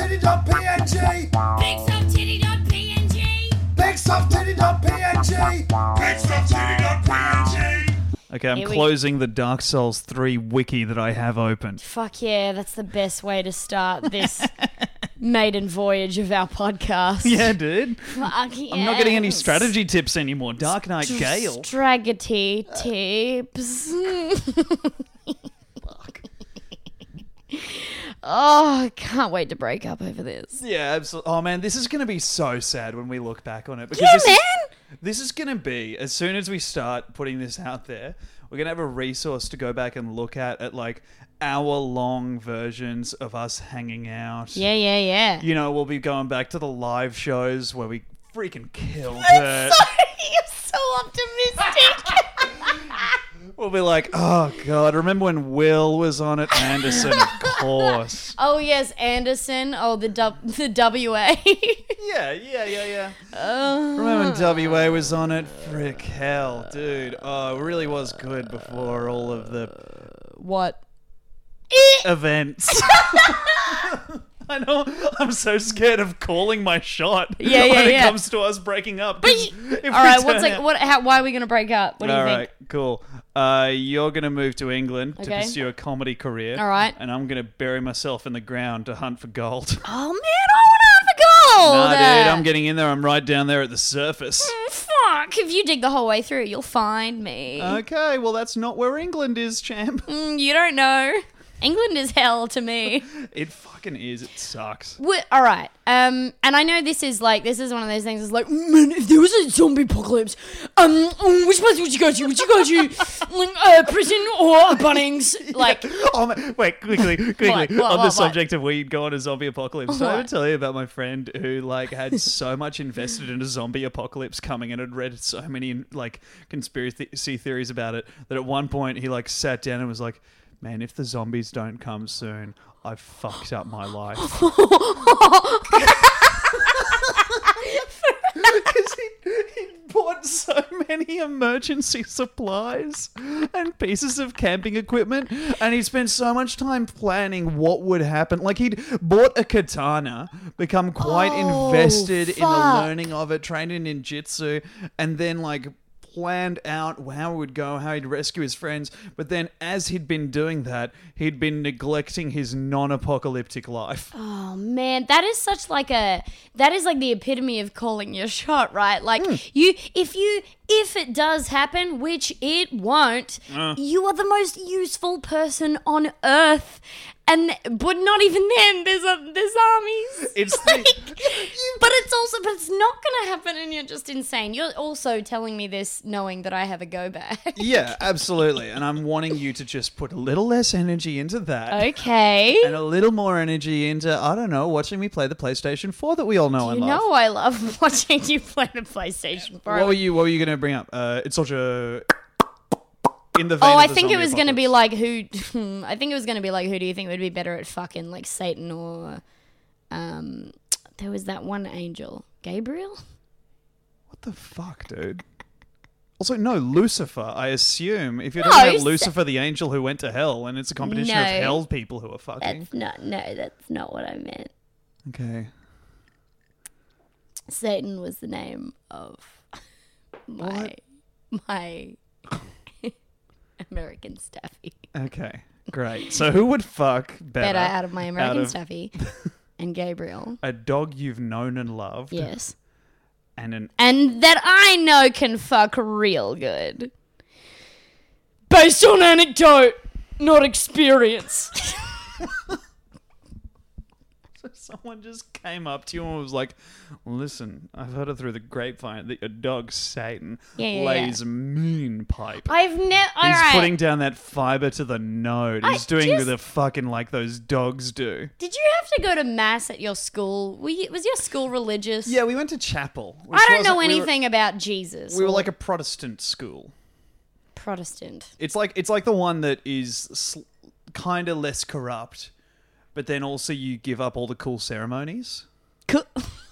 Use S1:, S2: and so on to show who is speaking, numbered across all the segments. S1: BigSoftTitty.png!
S2: BigSoftTitty.png.
S1: BigSoftTitty.png! BigSoftTitty.png!
S3: Okay, I'm
S2: Here we-
S3: closing the Dark Souls 3 wiki that I have open.
S2: Fuck yeah, that's the best way to start this maiden voyage of our podcast.
S3: Yeah, dude.
S2: Fuck
S3: I'm not getting any
S2: yes.
S3: strategy tips anymore. Dark Knight Gale.
S2: Straggity tips. oh, I can't wait to break up over this.
S3: Yeah, absolutely. Oh man, this is gonna be so sad when we look back on it. Because
S2: Yeah,
S3: this
S2: man.
S3: Is, this is gonna be as soon as we start putting this out there, we're gonna have a resource to go back and look at at like hour long versions of us hanging out.
S2: Yeah, yeah, yeah.
S3: You know, we'll be going back to the live shows where we freaking killed
S2: I'm
S3: it.
S2: sorry, you're so optimistic.
S3: We'll be like, oh god, remember when Will was on it? Anderson, of course.
S2: oh yes, Anderson. Oh, the dub- the WA.
S3: Yeah, yeah, yeah, yeah. Remember when WA was on it? Frick hell, dude. Oh, it really was good before all of the
S2: what?
S3: events. I know. I'm so scared of calling my shot.
S2: Yeah, yeah,
S3: when it
S2: yeah.
S3: comes to us breaking up.
S2: But you- all right, what's like? What? How, why are we gonna break up? What do you
S3: All
S2: think?
S3: right, cool. Uh, you're gonna move to England to
S2: Okay.
S3: pursue a comedy career.
S2: All right.
S3: and I'm gonna bury myself in the ground to hunt for gold.
S2: Oh man, I want
S3: Nah,
S2: half a gold.
S3: dude, I'm getting in there. I'm right down there at the surface.
S2: Mm, Fuck! If you dig the whole way through, you'll find me.
S3: Okay, well, that's not where England is, champ.
S2: Mm, you don't know. England is hell to me.
S3: It fucking is. It sucks.
S2: We're- all right. Um, and I know this is like this is one of those things. It's like, man, if there was a zombie apocalypse, um, mm, which place would you go to? Would you go to like, uh, prison or a Bunnings? Like,
S3: Oh, man. Wait, quickly, quickly.
S2: What, what,
S3: on the
S2: what, what?
S3: subject of where you'd go on a zombie apocalypse, Did I ever
S2: What?
S3: tell you about my friend who like had so much invested in a zombie apocalypse coming and had read so many like conspiracy theories about it that at one point he like sat down and was like, "Man, if the zombies don't come soon, I've fucked up my life." Because he, he bought so many emergency supplies and pieces of camping equipment, and he spent so much time planning what would happen. Like, he'd bought a katana, become quite
S2: Oh,
S3: invested in the
S2: fuck.
S3: learning of it, trained in ninjutsu, and then, like, planned out how it would go, how he'd rescue his friends. But then, as he'd been doing that, he'd been neglecting his non apocalyptic life.
S2: oh man, that is
S3: Hmm.
S2: such like a that is like the epitome of calling your shot, right? Like you, if you if it does happen, which it won't,
S3: Uh.
S2: you are the most useful person on earth. And but not even then. There's a, there's armies.
S3: It's the-
S2: like, but it's also but it's not gonna happen, and you're just insane. You're also telling me this knowing that I have a go back.
S3: Yeah, absolutely. And I'm wanting you to just put a little less energy into that.
S2: Okay.
S3: And a little more energy into, I don't know, watching me play the PlayStation 4 that we all know
S2: You
S3: and love.
S2: know I love watching you play the PlayStation 4.
S3: What were you What were you going to bring up? Uh, it's such a in the vein
S2: Oh,
S3: of
S2: I
S3: the
S2: think it
S3: zombie
S2: was going to be
S3: apocalypse.
S2: like who. I think it was going to be like who do you think would be better at fucking like Satan or, um, there was that one angel Gabriel.
S3: what the fuck, dude. Also, no Lucifer. I assume if you're
S2: No,
S3: talking about
S2: Sa-
S3: Lucifer, the angel who went to hell, and it's a competition of
S2: No.
S3: hell people who are fucking.
S2: That's not no. That's not what I meant.
S3: Okay,
S2: Satan was the name of my my American Staffy.
S3: okay, great. So who would fuck better,
S2: Better out of my American
S3: of-
S2: Staffy and Gabriel.
S3: a dog you've known and loved,
S2: Yes.
S3: and an
S2: and that I know can fuck real good. Based on anecdote, not experience.
S3: Someone just came up to you and was like, "Listen, I've heard it through the grapevine that your dog Satan
S2: Yeah, yeah,
S3: lays mean pipe.
S2: I've never.
S3: He's
S2: Alright.
S3: putting down that fiber to the node. He's doing
S2: just-
S3: the fucking like those dogs do."
S2: Did you have to go to mass at your school? Were you, was your school religious?
S3: Yeah, we went to chapel. which
S2: I don't
S3: wasn't-
S2: know
S3: we were-
S2: anything about Jesus.
S3: We were, like a Protestant school.
S2: Protestant.
S3: It's like it's like the one that is sl- kind of less corrupt, but then also you give up all the cool ceremonies.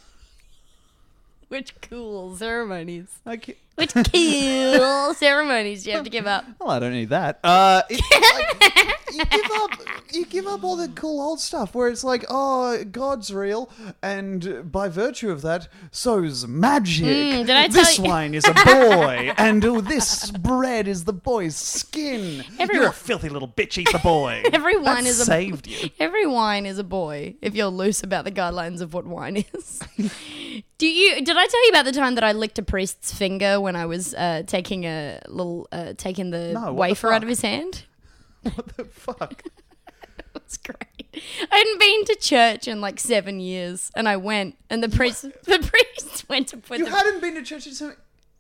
S2: Which cool ceremonies?
S3: Like
S2: Which cool ceremonies do you have to give up?
S3: Well, I don't need that. Uh, it's like, you give up, you give up all the cool old stuff where it's like, oh, God's real, and by virtue of that, so's magic.
S2: did I tell
S3: this
S2: you-
S3: wine is a boy, and oh, this bread is the boy's skin. You're a
S2: Everyone-
S3: filthy little bitch. Eat the boy.
S2: Every
S3: That
S2: wine is a-
S3: saved you.
S2: Every wine is a boy if you're loose about the guidelines of what wine is. Do you? Did I tell you about the time that I licked a priest's finger when I was uh, taking a little uh, taking the
S3: No, what the
S2: wafer out
S3: fuck?
S2: of his hand?
S3: What the fuck?
S2: That's great. I hadn't been to church in like seven years, and I went, and the priest the priest went to put
S3: You
S2: the
S3: hadn't been to church in so.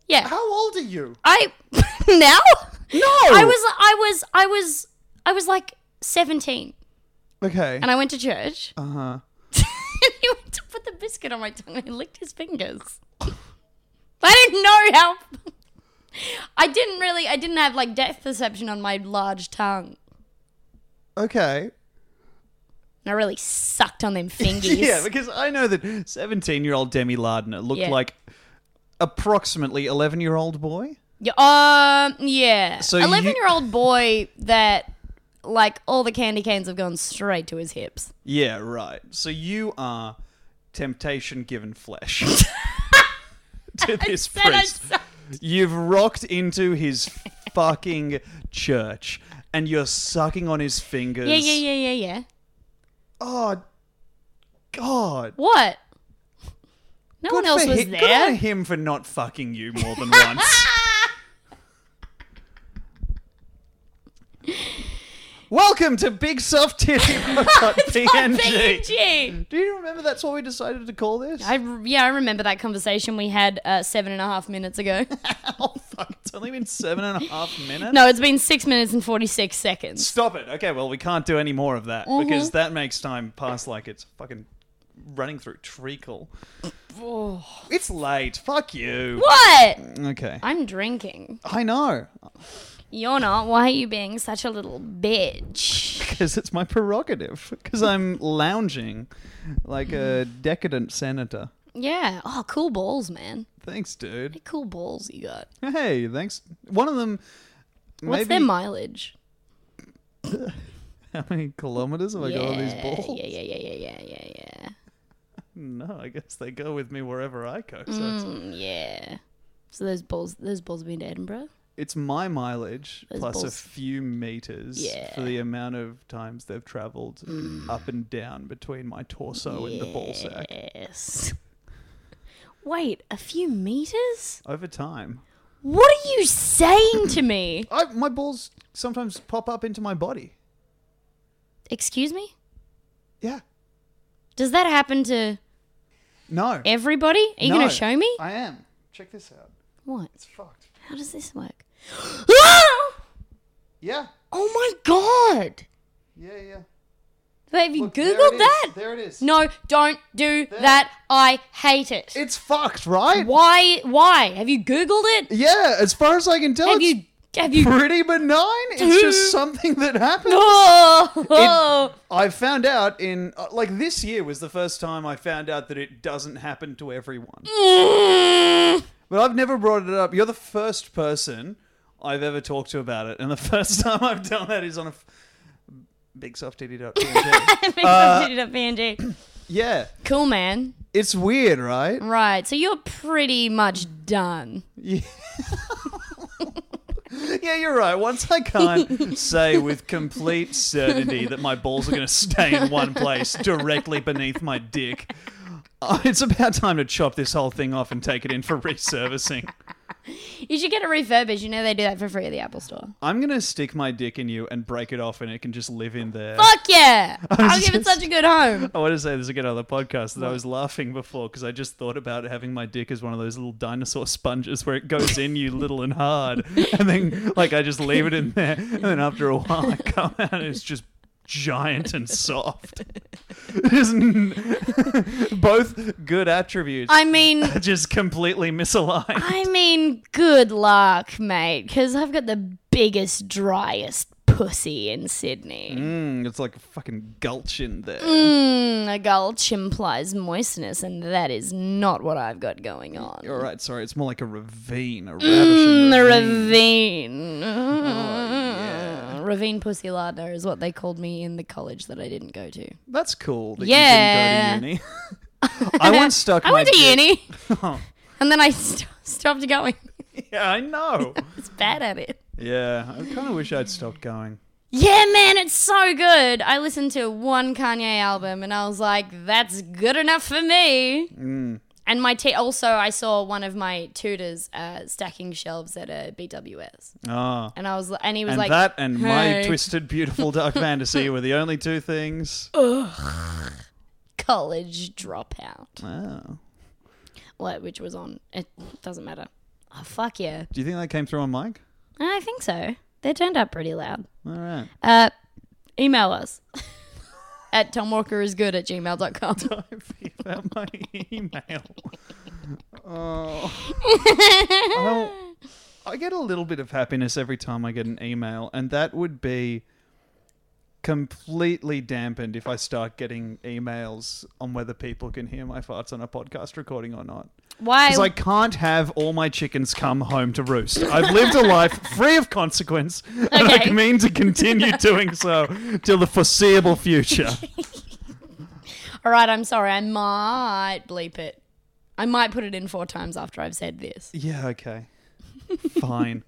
S2: yeah.
S3: How old are you?
S2: I now
S3: No.
S2: I was I was I was I was like seventeen.
S3: okay.
S2: And I went to church. Uh huh.
S3: Uh-huh.
S2: he went to put the biscuit on my tongue and I licked his fingers. I didn't know how. I didn't really. I didn't have like depth perception on my large tongue.
S3: okay.
S2: And I really sucked on them fingers.
S3: Yeah, because I know that 17 year old Demi Lardner looked
S2: Yeah.
S3: like approximately 11 year old boy.
S2: Yeah, um. Yeah.
S3: So you-
S2: eleven-year-old boy that like all the candy canes have gone straight to his hips.
S3: Yeah, right. So you are temptation given flesh to this
S2: said I
S3: priest. You've rocked into his fucking church and you're sucking on his fingers.
S2: Yeah, yeah, yeah, yeah, yeah.
S3: Oh, God.
S2: What? No one
S3: Good
S2: else
S3: for
S2: was
S3: hi-
S2: there.
S3: Good on him for not fucking you more than once. Welcome to Big Soft Titty Robot
S2: Oh,
S3: PNG.
S2: PNG.
S3: Do you remember that's what we decided to call this?
S2: I r- yeah, I remember that conversation we had uh, seven and a half minutes ago.
S3: Oh fuck! It's only been seven and a half minutes.
S2: no, it's been six minutes and forty six seconds.
S3: Stop it. Okay, well we can't do any more of that
S2: Mm-hmm.
S3: because that makes time pass like it's fucking running through treacle. It's late. Fuck you.
S2: What?
S3: Okay.
S2: I'm drinking.
S3: I know
S2: You're not. Why are you being such a little bitch?
S3: because it's my prerogative. Because I'm lounging like a decadent senator.
S2: Yeah. Oh, cool balls, man.
S3: Thanks, dude.
S2: Cool balls you got.
S3: Hey, thanks. One of them.
S2: What's
S3: maybe-
S2: their mileage?
S3: How many kilometers have I got on these
S2: Yeah,
S3: balls?
S2: Yeah, yeah, yeah, yeah, yeah, yeah, yeah.
S3: No, I guess they go with me wherever I go. So it's,
S2: Mm, yeah. So those balls, those balls have been to Edinburgh.
S3: it's my mileage plus a
S2: balls.
S3: few meters for
S2: Yeah. Mm.
S3: the amount of times they've traveled up and down between my torso and the ball sack
S2: Yes. Wait, a few meters?
S3: over time.
S2: What are you saying to me?
S3: I, my balls sometimes pop up into my body.
S2: Excuse me?
S3: Yeah.
S2: Does that happen to
S3: No.
S2: everybody? Are you
S3: No.
S2: going to show me?
S3: I am. Check this out.
S2: What?
S3: It's fucked.
S2: How does this work? Ah!
S3: Yeah.
S2: oh my god!
S3: Yeah, yeah.
S2: Wait, have you
S3: Look, there it
S2: Googled
S3: is.
S2: that?
S3: There it is.
S2: No, don't do
S3: There.
S2: that. I hate it.
S3: It's fucked, right?
S2: Why? Why? Have you Googled it?
S3: Yeah, as far as I can tell,
S2: Have
S3: it's
S2: you? Have you?
S3: pretty benign. It's just something that happens.
S2: Oh!
S3: I found out in uh, like this year was the first time I found out that it doesn't happen to everyone. But I've never brought it up. You're the first person I've ever talked to about it, and the first time I've done that is on a f- big soft titty dot PNG. Yeah,
S2: cool, man.
S3: it's weird, right?
S2: Right, so you're pretty much done.
S3: Yeah, you're right. Once I can't say with complete certainty that my balls are going to stay in one place directly beneath my dick, uh, it's about time to chop this whole thing off and take it in for reservicing.
S2: You should get it refurbished. You know they do that for free at the Apple Store.
S3: I'm going to stick my dick in you and break it off, and it can just live in there.
S2: Fuck yeah! I'll give it
S3: just-
S2: such a good home.
S3: I want to say there's a good other podcast that I was laughing before because I just thought about having my dick as one of those little dinosaur sponges where it goes in you little and hard, and then like I just leave it in there, and then after a while I come out and it's just giant and soft. Isn't- Both good attributes.
S2: I mean,
S3: just completely misaligned.
S2: I mean, good luck, mate, because I've got the biggest, driest pussy in Sydney.
S3: Mm, it's like a fucking gulch in there.
S2: Mm, a gulch implies moistness, and that is not what I've got going on. Mm,
S3: All right, sorry, it's more like a ravine, a Oh, ravishing
S2: The
S3: ravine.
S2: ravine. Mm. Ravine Pussy Lardner is what they called me in the college that I didn't go to.
S3: That's cool. That
S2: Yeah.
S3: You didn't go to uni. I once stuck
S2: I
S3: my
S2: went to
S3: dick-
S2: uni. and then I st- stopped going.
S3: Yeah, I know.
S2: It's bad at it.
S3: yeah, I kind of wish I'd stopped going.
S2: Yeah, man, it's so good. I listened to one Kanye album and I was like, that's good enough for me.
S3: Mm.
S2: And my te- also, I saw one of my tutors uh, stacking shelves at a BWS,
S3: Ah.
S2: and I was, and he was
S3: And
S2: like,
S3: that and my
S2: "Hey,
S3: twisted, beautiful dark fantasy were the only two things.
S2: Oh. college dropout."
S3: Wow.
S2: what which was on it doesn't matter oh fuck yeah
S3: Do you think that came through on mic?
S2: i think so they turned up pretty loud
S3: All right.
S2: uh email us at tomwalkerisgood at gmail.com
S3: I forgot my email. Oh. I, don't- I get a little bit of happiness every time I get an email, and that would be completely dampened if I start getting emails on whether people can hear my farts on a podcast recording or not.
S2: why
S3: Because I can't have all my chickens come home to roost. I've lived a life free of consequence, and I
S2: Okay.
S3: mean to continue doing so till the foreseeable future.
S2: all right i'm sorry i might bleep it i might put it in four times after i've said this
S3: Yeah, okay. Fine.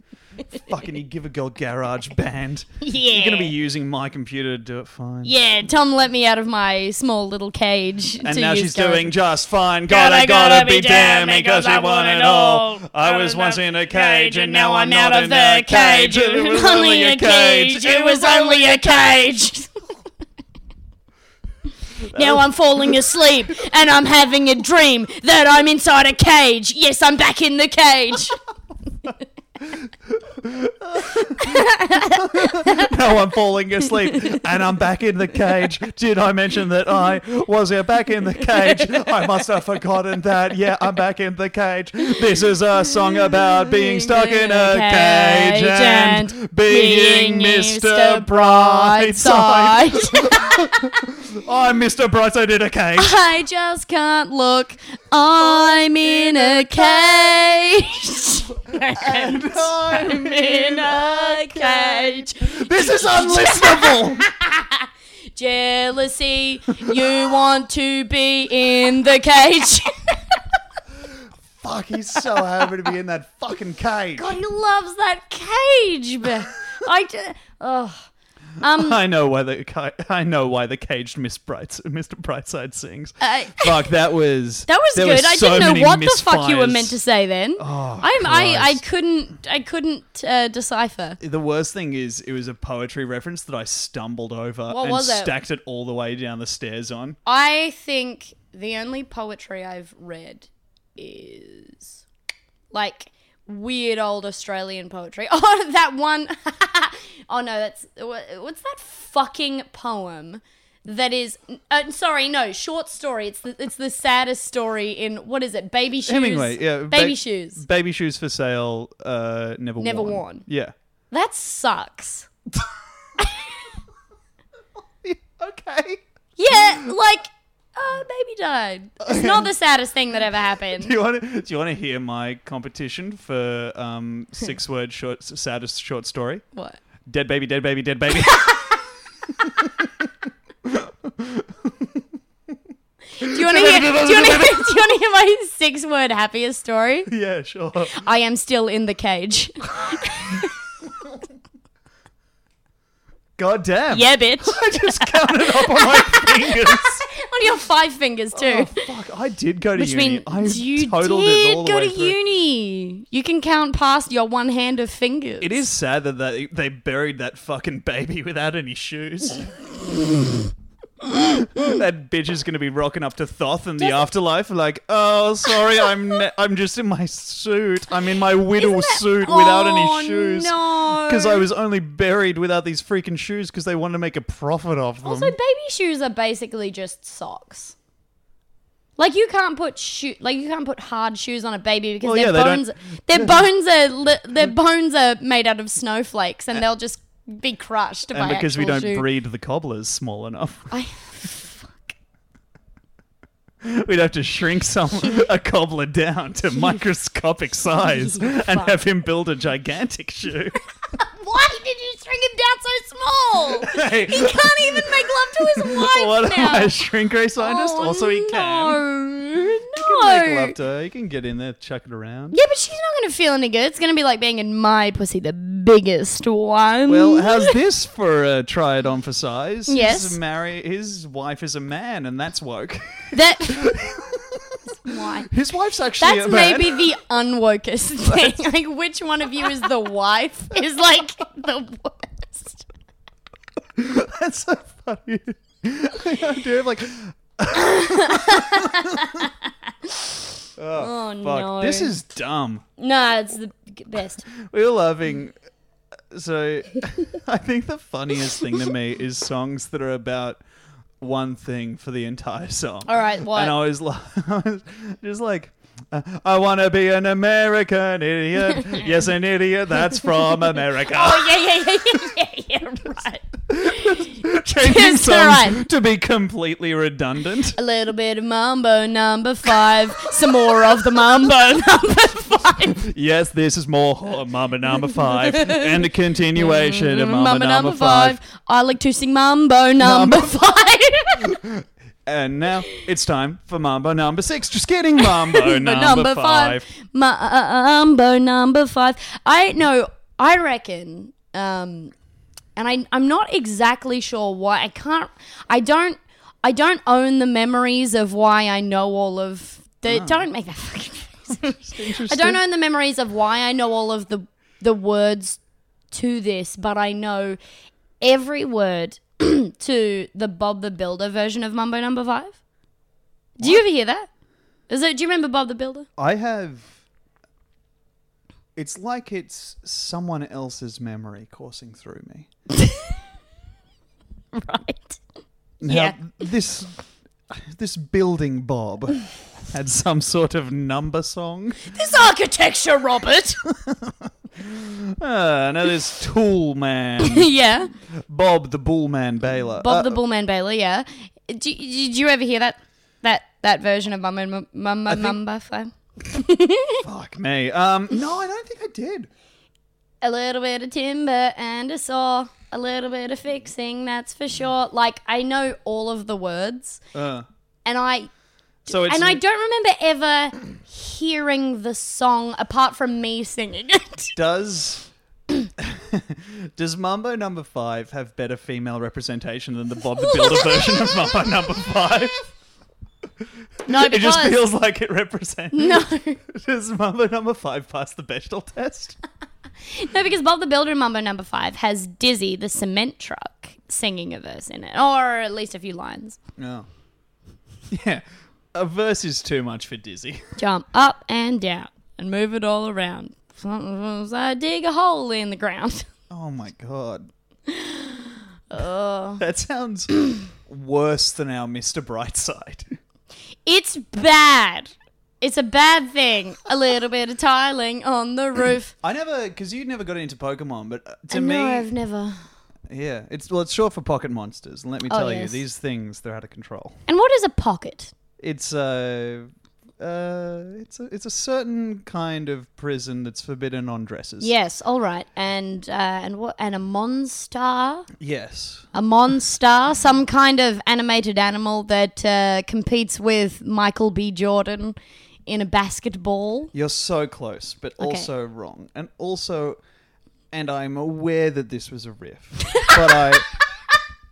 S3: Fucking you give a girl garage band. You're gonna be using my computer to do it fine.
S2: yeah tom let me out of my small little cage
S3: And
S2: two
S3: now
S2: years
S3: she's
S2: ago.
S3: doing just fine. God, I gotta, be damned because I want it all. I was once in a cage and now I'm out of the cage. It was only a cage. It was only.
S2: a cage. now I'm falling asleep and I'm having a dream that I'm inside a cage. Yes, I'm back in the cage.
S3: Now I'm falling asleep and I'm back in the cage. Did I mention that I was here back in the cage? I must have forgotten that. Yeah, I'm back in the cage. This is a song about being stuck in a cage and being Mr. Brightside. I'm Mr. Brightside in a cage.
S2: I just can't look. I'm in a cage. I'm in a cage.
S3: This is unlistenable.
S2: Jealousy, you want to be in the cage.
S3: Fuck, he's so happy to be in that fucking cage.
S2: God, he loves that cage. I ju- oh,
S3: I know why the ki- I know why the caged Miss Brights- Mr. Brightside sings.
S2: I-
S3: Fuck, that was
S2: That was
S3: there
S2: good.
S3: were
S2: I
S3: so
S2: didn't
S3: many
S2: know what the fuck you were
S3: misfires. Oh,
S2: meant to say then. I'm, I, I couldn't I couldn't uh, decipher.
S3: The worst thing is, it was a poetry reference that I stumbled over
S2: What
S3: and
S2: was it?
S3: stacked it all the way down the stairs on.
S2: I think the only poetry I've read is like weird old Australian poetry. Oh, that one. oh no, that's wha- what's that fucking poem that is? Uh, sorry, no, short story. It's the, it's the saddest story in what is it? Baby shoes.
S3: Hemingway, yeah, ba-
S2: Baby shoes.
S3: baby shoes for sale, uh, never,
S2: Never
S3: worn.
S2: worn.
S3: Yeah.
S2: That sucks.
S3: Okay.
S2: Yeah, like, oh, baby died. It's not the saddest thing that ever happened.
S3: Do you want to? Do you want to hear my competition for um, six word short saddest short story?
S2: What?
S3: Dead baby, dead baby, dead baby.
S2: Do you want to hear? Do you want to hear my six-word happiest story?
S3: yeah, sure.
S2: I am still in the cage.
S3: God damn.
S2: Yeah, bitch.
S3: I just counted up on my fingers. Oh,
S2: On your five fingers too.
S3: Fuck, I did go to
S2: Which
S3: uni.
S2: means
S3: I
S2: you
S3: totaled it all the
S2: did go
S3: way
S2: to
S3: through.
S2: uni. You can count past your one hand of fingers.
S3: It is sad that they, they buried that fucking baby without any shoes. that bitch is going to be rocking up to Thoth in the afterlife, like, oh, sorry, I'm ne- I'm just in my suit. I'm in my widow suit without
S2: Oh,
S3: any shoes.
S2: no.
S3: Because I was only buried without these freaking shoes because they wanted to make a profit off them.
S2: Also, baby shoes are basically just socks. Like you can't put shoe, like you can't put hard shoes on a baby because
S3: Well,
S2: their
S3: yeah, they don't-
S2: bones, their bones are li- their bones are made out of snowflakes, and they'll just be crushed by
S3: and because we
S2: actual
S3: don't
S2: shoe.
S3: breed the cobblers small enough,
S2: I,
S3: we'd have to shrink some a cobbler down to microscopic size and have him build a gigantic shoe.
S2: why did you string him down so small?
S3: Hey,
S2: he can't even make love to his wife
S3: What am
S2: now.
S3: I, a shrink ray scientist?
S2: Oh,
S3: also, he
S2: no,
S3: can.
S2: No.
S3: Make love to her. He can get in there, chuck it around.
S2: yeah, but she's not gonna feel any good. It's gonna be like being in my pussy, the biggest one.
S3: Well, how's this for a try it on for size?
S2: Yes.
S3: His, marry- his wife is a man, and that's woke.
S2: that. why?
S3: His wife's actually
S2: That's
S3: a man.
S2: maybe the unwokest thing. like, which one of you is the wife is like the worst.
S3: That's so funny. I do have like.
S2: Oh
S3: Fuck,
S2: no!
S3: this is dumb.
S2: no, it's the g- best.
S3: We were loving. uh, So, I think the funniest thing to me is songs that are about one thing for the entire song.
S2: All right, what?
S3: And I was like, I was just like, uh, I want to be an American idiot. yes, an idiot that's from America.
S2: Oh yeah, yeah, yeah, yeah, yeah, yeah. Right.
S3: Changing
S2: yes, all
S3: songs
S2: right.
S3: to be completely redundant.
S2: A little bit of mambo number five. Some more of the mambo number five.
S3: yes, this is more oh, Mama Number Five and a continuation of Mama,
S2: Mambo
S3: Number Five.
S2: I like to sing mambo number five.
S3: And now it's time for Mambo Number Six. Just kidding, Mambo
S2: But
S3: Number, Five.
S2: Mambo uh, number five. I no, I reckon, um, and I I'm not exactly sure why. I can't. I don't. I don't own the memories of why I know all of. The,
S3: Ah.
S2: Don't make that fucking. I don't own the memories of why I know all of the the words to this, but I know every word to the Bob the Builder version of Mumbo Number Five. Do you ever hear that? Is it? Do you remember Bob the Builder?
S3: I have. It's like it's someone else's memory coursing through me.
S2: Right.
S3: Now,
S2: Yeah.
S3: this this building Bob had some sort of number song.
S2: This architecture, Robert.
S3: Uh, now there's Tool Man,
S2: yeah.
S3: Bob the Bullman Baylor.
S2: Bob
S3: Uh,
S2: the Bullman Baylor. Yeah. Do, do, do you ever hear that that that version of Mumbo Mum- Mumbo Number Five?
S3: fuck me. Um, no, I don't think I did.
S2: A little bit of timber and a saw. A little bit of fixing, that's for sure. Like I know all of the words,
S3: Uh,
S2: and I
S3: so it's
S2: and I don't remember ever hearing the song apart from me singing it.
S3: does Does Mumbo Number Five have better female representation than the Bob the Builder version of Mumbo Number Five?
S2: No,
S3: It
S2: because
S3: just feels like it represents.
S2: no,
S3: Does Mumbo Number Five pass the Bechdel test?
S2: no, because Bob the Builder in Mumbo Number Five has Dizzy the cement truck singing a verse in it, or at least a few lines.
S3: No. Yeah, a verse is too much for Dizzy.
S2: Jump up and down and move it all around. Sometimes I dig a hole in the ground.
S3: Oh my god,
S2: Oh,
S3: that sounds worse than our Mr. Brightside.
S2: it's bad. It's a bad thing. A little bit of tiling on the roof.
S3: I never, because you never got into Pokemon, but uh, to
S2: no,
S3: me,
S2: I've never.
S3: yeah, it's well, it's short for Pocket Monsters, and let me
S2: Oh,
S3: tell you,
S2: yes.
S3: these things they're out of control.
S2: And what is a pocket?
S3: It's a, uh, it's a, it's a certain kind of prison that's forbidden on dresses.
S2: Yes, all right, and uh, and what? And a monster.
S3: Yes.
S2: a monster, some kind of animated animal that uh, competes with Michael B. Jordan in a basketball.
S3: You're so close, but also wrong, and also, and I'm aware that this was a riff, but I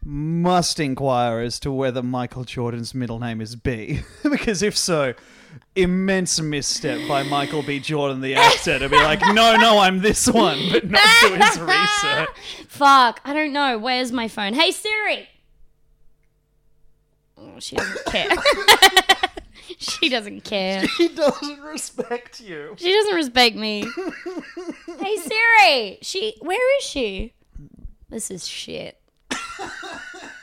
S3: must inquire as to whether Michael Jordan's middle name is B, because if so, immense misstep by Michael B. Jordan, the actor, to be like, no, no, I'm this one, but not do his research.
S2: Fuck, I don't know. Where's my phone? Hey Siri. Oh, she doesn't care. she doesn't care.
S3: He doesn't respect you.
S2: She doesn't respect me. hey Siri. She. Where is she? This is shit.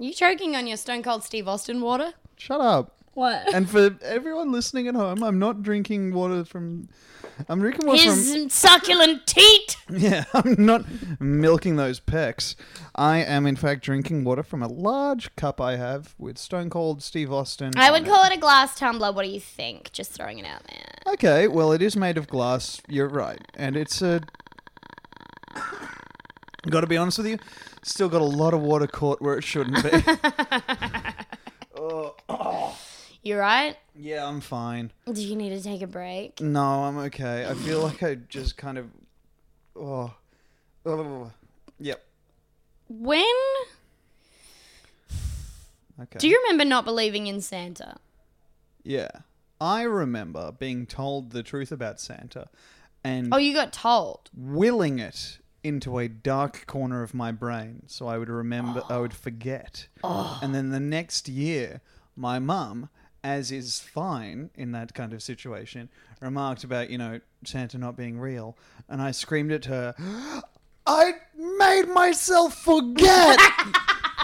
S2: you choking on your Stone Cold Steve Austin water?
S3: Shut up.
S2: What?
S3: And for everyone listening at home, I'm not drinking water from. I'm drinking water from.
S2: His succulent teat.
S3: Yeah, I'm not milking those pecs. I am, in fact, drinking water from a large cup I have with Stone Cold Steve Austin.
S2: I would
S3: on it.
S2: call it a glass tumbler. What do you think? Just throwing it out there.
S3: Okay, well, it is made of glass. You're right, and it's a. Got to be honest with you, still got a lot of water caught where it shouldn't be.
S2: You right?
S3: yeah, I'm fine.
S2: Do you need to take a break?
S3: No, I'm okay. I feel like I just kind of. Oh. oh. Yep.
S2: When
S3: Okay.
S2: do you remember not believing in Santa?
S3: Yeah. I remember being told the truth about Santa and
S2: Oh, you got told.
S3: willing it into a dark corner of my brain so I would remember, I would forget. And then the next year, my mum, as is fine in that kind of situation, remarked about, you know, Santa not being real. And I screamed at her, I made myself forget!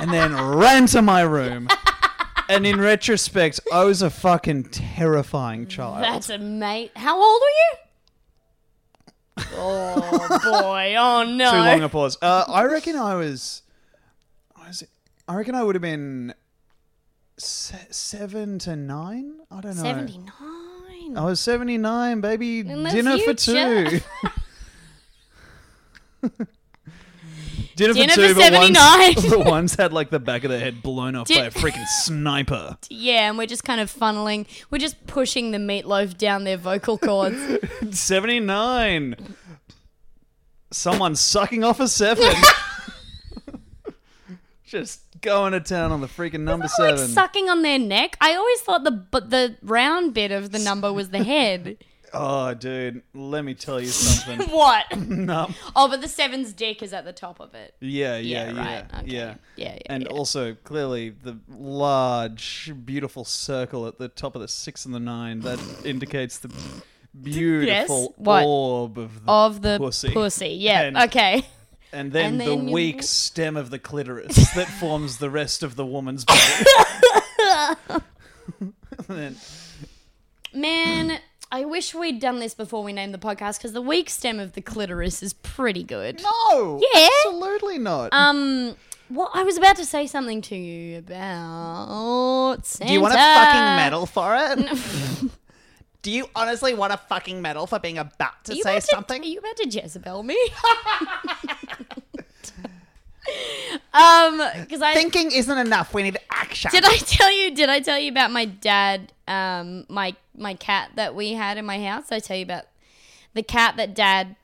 S3: and then ran to my room. And in retrospect, I was a fucking terrifying child.
S2: That's a mate. How old were you? Oh boy! Oh no!
S3: too long a pause. Uh, I reckon I was, I was, I reckon I would have been se- seven to nine. I don't know.
S2: Seventy-nine.
S3: I was seventy nine, baby.
S2: the
S3: Dinner for two.
S2: future.
S3: Dinner,
S2: Dinner
S3: for two,
S2: for
S3: but one's-
S2: 79.
S3: but one's had like the back of their head blown off by
S2: Din-
S3: a freaking sniper.
S2: Yeah, and we're just kind of funneling. We're just pushing the meatloaf down their vocal cords.
S3: 79. Someone sucking off a seven. Just going to town on the freaking number
S2: They're, like
S3: seven.
S2: sucking on their neck. I always thought the but the round bit of the number was the head.
S3: oh, dude, let me tell you something.
S2: what?
S3: no.
S2: Oh, but the seven's dick is at the top of it.
S3: Yeah, yeah, yeah.
S2: Yeah, right, okay.
S3: yeah.
S2: Yeah, yeah,
S3: And
S2: yeah.
S3: also, clearly, the large, beautiful circle at the top of the six and the nine that indicates the beautiful
S2: what?
S3: orb of the,
S2: Of the
S3: pussy.
S2: pussy. Yeah.
S3: And-
S2: okay.
S3: and then,
S2: and then
S3: the
S2: you-
S3: weak stem of the clitoris that forms the rest of the woman's body. And then-
S2: Man, I wish we'd done this before we named the podcast because the weak stem of the clitoris is pretty good.
S3: no,
S2: Yeah.
S3: absolutely not.
S2: Um, well, I was about to say something to you about Santa.
S4: Do you want a fucking
S2: Uh,
S4: medal for it? Do you honestly want a fucking medal for being about to
S2: Are you
S4: say
S2: about to-
S4: something?
S2: are you about to Jezebel me? um, because I
S4: Thinking isn't enough. We need action.
S2: Did I tell you? Did I tell you about my dad? Um, my my cat that we had in my house. Did I tell you about the cat that dad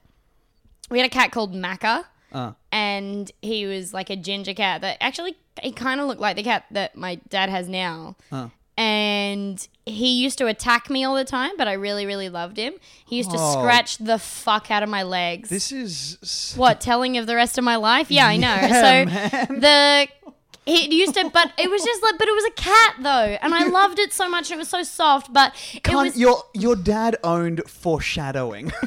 S2: we had a cat called Macca, and he was like a ginger cat that actually he kind of looked like the cat that my dad has now. And he used to attack me all the time, but I really, really loved him. He used to scratch the fuck out of my legs.
S3: This is s-
S2: what telling of the rest of my life? Yeah, I know. so the it used to, but it was just like, but it was a cat though, and I loved it so much. And it was so soft, but it
S4: Cunt,
S2: was
S4: your your dad owned foreshadowing.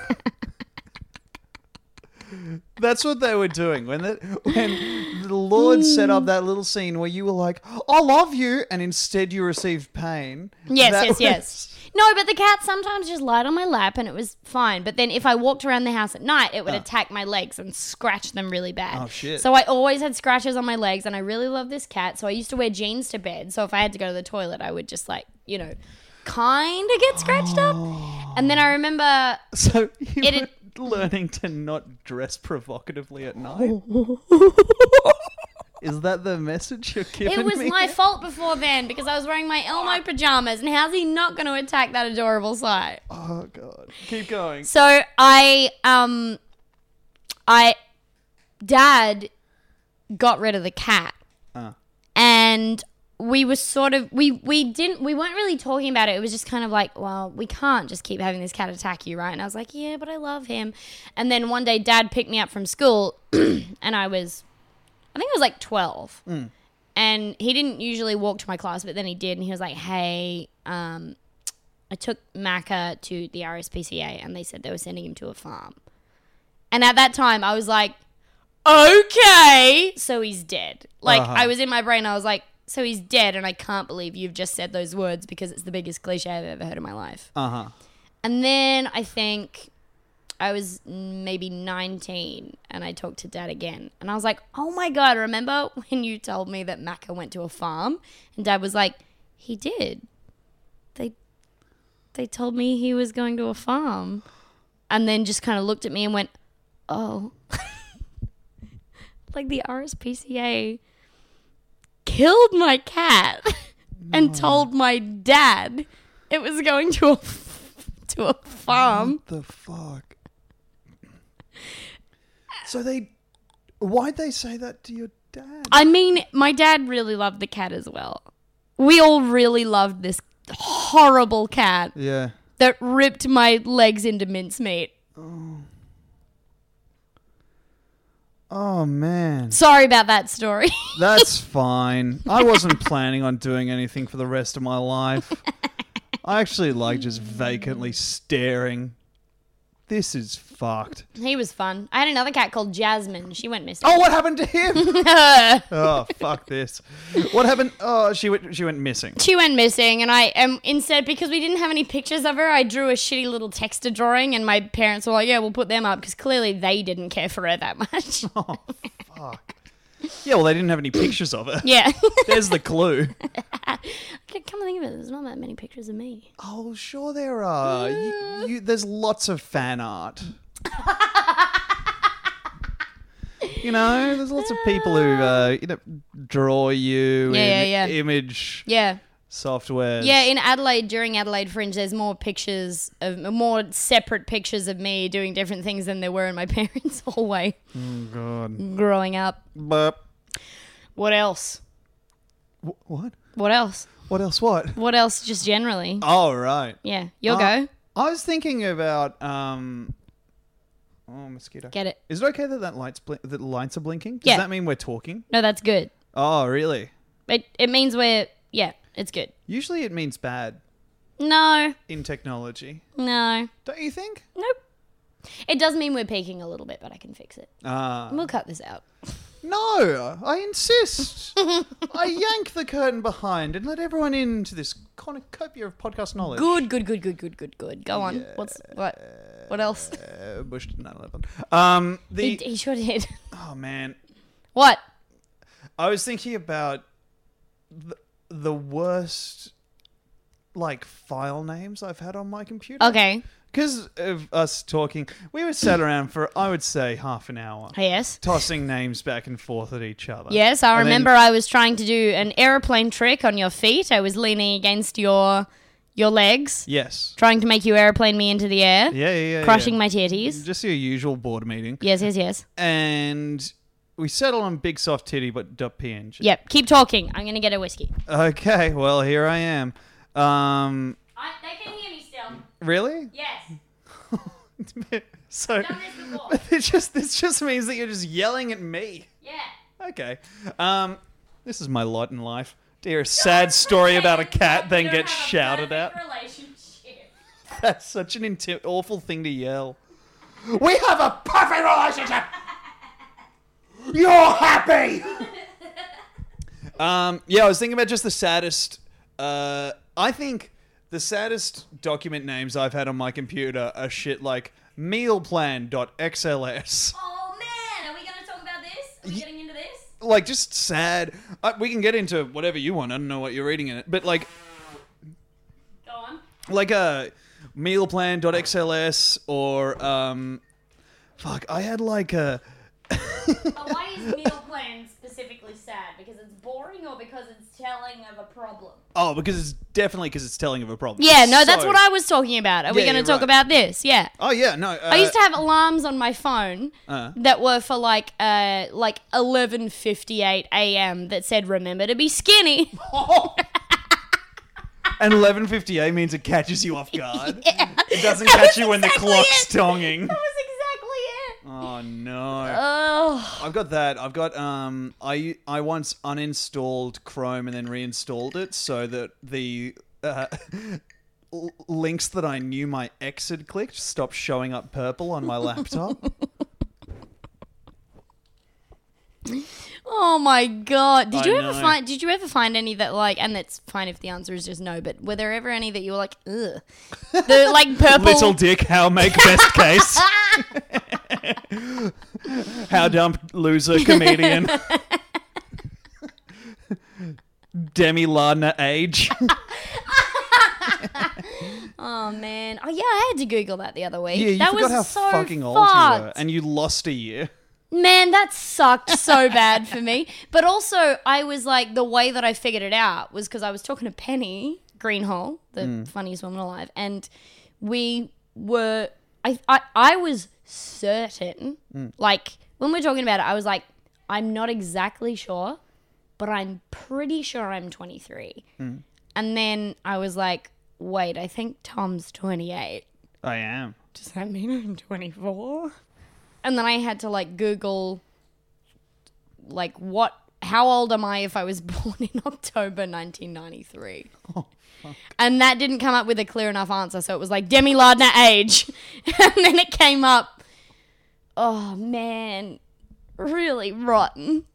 S3: that's what they were doing when the when the Lord set up that little scene where you were like, "I love you," and instead you received pain.
S2: Yes,
S3: That
S2: yes,
S3: was-
S2: yes. No, but the cat sometimes just lied on my lap and it was fine. But then if I walked around the house at night, it would attack my legs and scratch them really bad.
S3: Ah. Oh, shit.
S2: So I always had scratches on my legs and I really loved this cat. So I used to wear jeans to bed. So if I had to go to the toilet, I would just like, you know, kind of get scratched
S3: Oh.
S2: up. And then I remember
S3: So you
S2: It-
S3: were learning to not dress provocatively at night. is that the message you're giving
S2: it was
S3: me?
S2: my fault before then because I was wearing my Elmo pajamas. And how's he not going to attack that adorable sight?
S3: oh god, keep going.
S2: So I um I dad got rid of the cat. And we were sort of we we didn't we weren't really talking about it. It was just kind of like, well, we can't just keep having this cat attack you, right? And I was like, yeah, but I love him. And then one day dad picked me up from school and I was I think I was like 12. And he didn't usually walk to my class, but then he did and he was like, "Hey, um I took Macca to the RSPCA and they said they were sending him to a farm. And at that time, I was like, okay, so he's dead. Like, I was in my brain, I was like, so he's dead, and I can't believe you've just said those words because it's the biggest cliche I've ever heard in my life. Uh huh. And then I think I was maybe 19 and I talked to dad again. And I was like, oh my God, remember when you told me that Macca went to a farm? And dad was like, he did. They they told me he was going to a farm and then just kind of looked at me and went, oh. like the RSPCA killed my cat and told my dad it was going to a, to a farm.
S3: the fuck? So they, why'd they say that to your dad?
S2: I mean, my dad really loved the cat as well. We all really loved this horrible cat
S3: Yeah.
S2: that ripped my legs into mincemeat.
S3: Oh man,
S2: Sorry about that story.
S3: that's fine. I wasn't planning on doing anything for the rest of my life. I actually like just vacantly staring. This is fucked.
S2: he was fun. I had another cat called Jasmine. She went missing.
S3: Oh, what happened to him? oh, fuck this. What happened? Oh, she went. She went missing.
S2: She went missing, and I um, instead because we didn't have any pictures of her, I drew a shitty little texture drawing, and my parents were like, "Yeah, we'll put them up," because clearly they didn't care for her that much.
S3: Yeah, well, they didn't have any pictures of her.
S2: yeah,
S3: There's the clue.
S2: come to think of it, there's not that many pictures of me.
S3: Oh, sure there are.
S2: Mm.
S3: You, you, there's lots of fan art. you know, there's lots of people who uh, you know draw you
S2: Yeah,
S3: in
S2: yeah, yeah.
S3: image
S2: Yeah,
S3: software.
S2: yeah. In Adelaide during Adelaide Fringe, there's more pictures of more separate pictures of me doing different things than there were in my parents' hallway Mm.
S3: God.
S2: growing up.
S3: But
S2: What else?
S3: wh- what?
S2: What else?
S3: What else? What?
S2: What else? Just generally.
S3: Oh right.
S2: Yeah, you'll
S3: Uh,
S2: go.
S3: I was thinking about um. Oh, mosquito.
S2: Get it.
S3: Is it okay that that lights blink? that lights are blinking? Does
S2: Yeah.
S3: that mean we're talking?
S2: No, that's good.
S3: Oh, really?
S2: It it means we're yeah, it's good.
S3: Usually it means bad
S2: No,
S3: in technology,
S2: no,
S3: don't you think?
S2: nope. It does mean we're peaking a little bit, but I can fix it.
S3: Ah.
S2: We'll cut this out.
S3: No, I insist. I yank the curtain behind and let everyone into this cornucopia of podcast knowledge.
S2: Good, good, good, good, good, good, good. Go on. What's what? What else?
S3: Uh, Bush did 9/11. Um,
S2: He,
S3: the
S2: he sure did.
S3: oh man,
S2: what?
S3: I was thinking about the, the worst like file names I've had on my computer.
S2: Okay.
S3: because of us talking, we were sat around for I would say half an hour,
S2: Yes.
S3: tossing names back and forth at each other.
S2: Yes, I
S3: And then-
S2: remember I was trying to do an aeroplane trick on your feet. I was leaning against your your legs,
S3: Yes.
S2: trying to make you airplane me into the air,
S3: Yeah, yeah, yeah.
S2: crushing
S3: yeah.
S2: my titties.
S3: Just your usual board meeting.
S2: Yes, yes, yes.
S3: And we settle on big soft titty, but dot png.
S2: Yep, keep talking. I'm going to get a whiskey.
S3: Okay. Well, here I am. Um.
S2: I, they can hear me still.
S3: Really?
S2: Yes.
S3: so it just this just means that you're just yelling at me.
S2: Yeah.
S3: Okay. Um. This is my lot in life. To hear a sad story about a cat, then get shouted at. That's such an inti- awful thing to yell.
S4: We have a perfect relationship. You're happy.
S3: Um, yeah, I was thinking about just the saddest. Uh, I think the saddest document names I've had on my computer are shit like mealplan.xls.
S2: Oh man, are we going to talk about this? Are we getting into this?
S3: Like, just sad. Uh, we can get into whatever you want. I don't know what you're reading in it, but like,
S2: Go on.
S3: like uh, a mealplan.xls or um, fuck. I had like uh, a.
S2: But why is meal plan specifically sad? Because it's boring or because it's telling of a problem?
S3: Oh, because it's definitely because it's telling of a problem.
S2: Uh, Yeah,
S3: It's
S2: no, that's
S3: so-
S2: what I was talking about. Are we
S3: Yeah,
S2: going to
S3: you're
S2: talk
S3: right.
S2: about this? Yeah.
S3: Oh yeah, no. Uh,
S2: I used to have alarms on my phone that were for like uh like 11:58 a.m. that said remember to be skinny.
S3: uh, And 11:58 means it catches you off guard. It doesn't catch you when the
S2: exactly
S3: clock's
S2: it.
S3: tonging.
S2: that was exactly it.
S3: Oh no.
S2: Oh,
S3: I've got that. I've got um I I once uninstalled Chrome and then reinstalled it so that the uh, l- links that I knew my ex had clicked stopped showing up purple on my laptop.
S2: oh my god. Did
S3: I
S2: you ever
S3: know.
S2: find did you ever find any that like and that's fine if the answer is just no, but were there ever any that you were like ugh. The like purple
S3: Little dick, how make best case? how dumb loser comedian. Demi Lardner age.
S2: Oh man. Oh yeah, I had to google that the other week.
S3: Yeah, you
S2: that
S3: forgot
S2: was
S3: how
S2: so
S3: fucking old
S2: fucked.
S3: you were, and you lost a year.
S2: Man, that sucked so bad for me. But also, I was like, the way that I figured it out was because I was talking to Penny Greenhole, the funniest woman alive, and we were. I I, I was certain, like when we we're talking about it, I was like, I'm not exactly sure, but I'm pretty sure I'm 23. And then I was like, wait, I think Tom's 28
S3: I am.
S2: does that mean I'm 24? And then I had to like Google, like, what, how old am I if I was born in October 1993? And that didn't come up with a clear enough answer. So it was like Demi Lardner age. and then it came up, oh man, really rotten.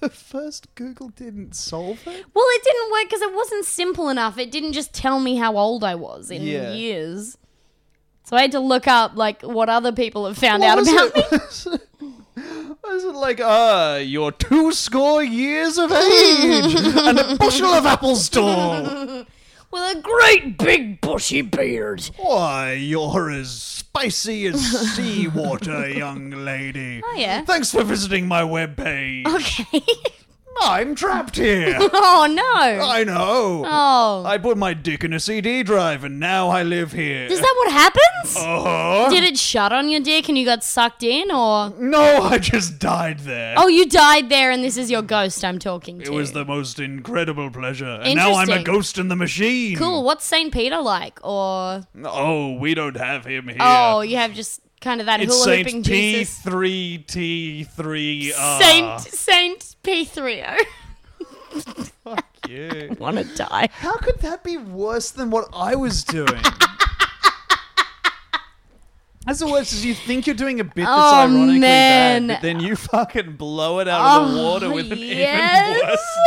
S3: The first Google didn't solve it.
S2: Well, it didn't work because it wasn't simple enough. It didn't just tell me how old I was in
S3: Yeah.
S2: years. So I had to look up like what other people have found out
S3: was
S2: about me.
S3: it? Was it? Was it like, uh, you're two score years of age and a bushel of apple store?
S2: with a great big bushy beard.
S3: Why, you're as spicy as seawater, young lady.
S2: Oh yeah.
S3: Thanks for visiting my webpage.
S2: Okay.
S3: I'm trapped here.
S2: oh no.
S3: I know.
S2: Oh.
S3: I put my dick in a CD drive and now I live here.
S2: Is that what happens?
S3: Uh-huh.
S2: Did it shut on your dick and you got sucked in, or
S3: No, I just died there.
S2: oh, you died there and this is your ghost I'm talking to?
S3: It was the most incredible pleasure. And now I'm a
S2: Interesting.
S3: ghost in the machine.
S2: cool. What's Saint Peter like, or
S3: Oh, we don't have him here.
S2: oh, you have just kind of that
S3: it's
S2: hula hooping
S3: Saint P ah.
S2: Jesus.
S3: three T three R.
S2: Saint Saint P three oh. O.
S3: Yeah.
S2: Want to die?
S3: How could that be worse than what I was doing? That's the worst is you think you're doing a bit that's
S2: Oh,
S3: ironically
S2: man. Oh,
S3: bad, but then you fucking blow it out of the water with an even worse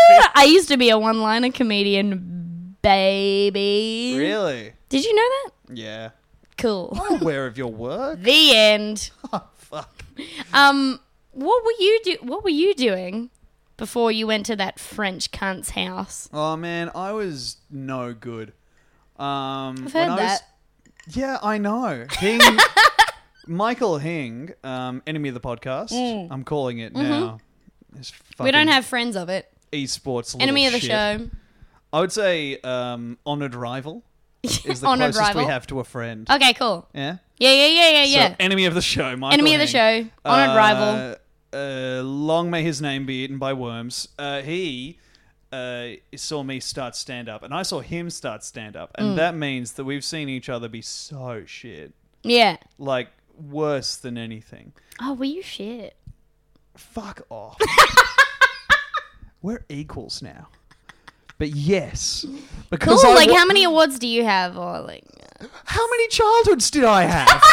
S3: bit.
S2: I used to be a one-liner comedian, baby.
S3: Really?
S2: Did you know that?
S3: Yeah.
S2: Cool.
S3: I'm aware of your work.
S2: The end.
S3: Fuck.
S2: Um, what were you do? What were you doing before you went to that French cunt's house?
S3: Oh man, I was no good. Um,
S2: I've heard
S3: when I was-
S2: that.
S3: Yeah, I know. Hing, Michael Hing, um, enemy of the podcast. I'm calling it now. This
S2: Mm. Mm-hmm. We don't
S3: fucking
S2: have friends of it.
S3: esports.
S2: Enemy of
S3: little
S2: the
S3: shit.
S2: show.
S3: I would say um, honored rival is the
S2: Honored
S3: closest
S2: rival.
S3: we have to a friend.
S2: Okay, cool.
S3: Yeah.
S2: Yeah, yeah, yeah, yeah,
S3: So,
S2: yeah.
S3: enemy of the show. Michael
S2: Enemy of the
S3: Hank.
S2: show, honored rival.
S3: Uh, long may his name be eaten by worms. Uh, he uh, saw me start stand up, and I saw him start stand up,
S2: Mm.
S3: and that means that we've seen each other be so shit,
S2: yeah.
S3: like worse than anything.
S2: Oh, were you shit?
S3: Fuck off. We're equals now. But yes,
S2: Cool.
S3: because I
S2: Oh, like,
S3: wa-
S2: how many awards do you have? Or like,
S3: How many childhoods did I have?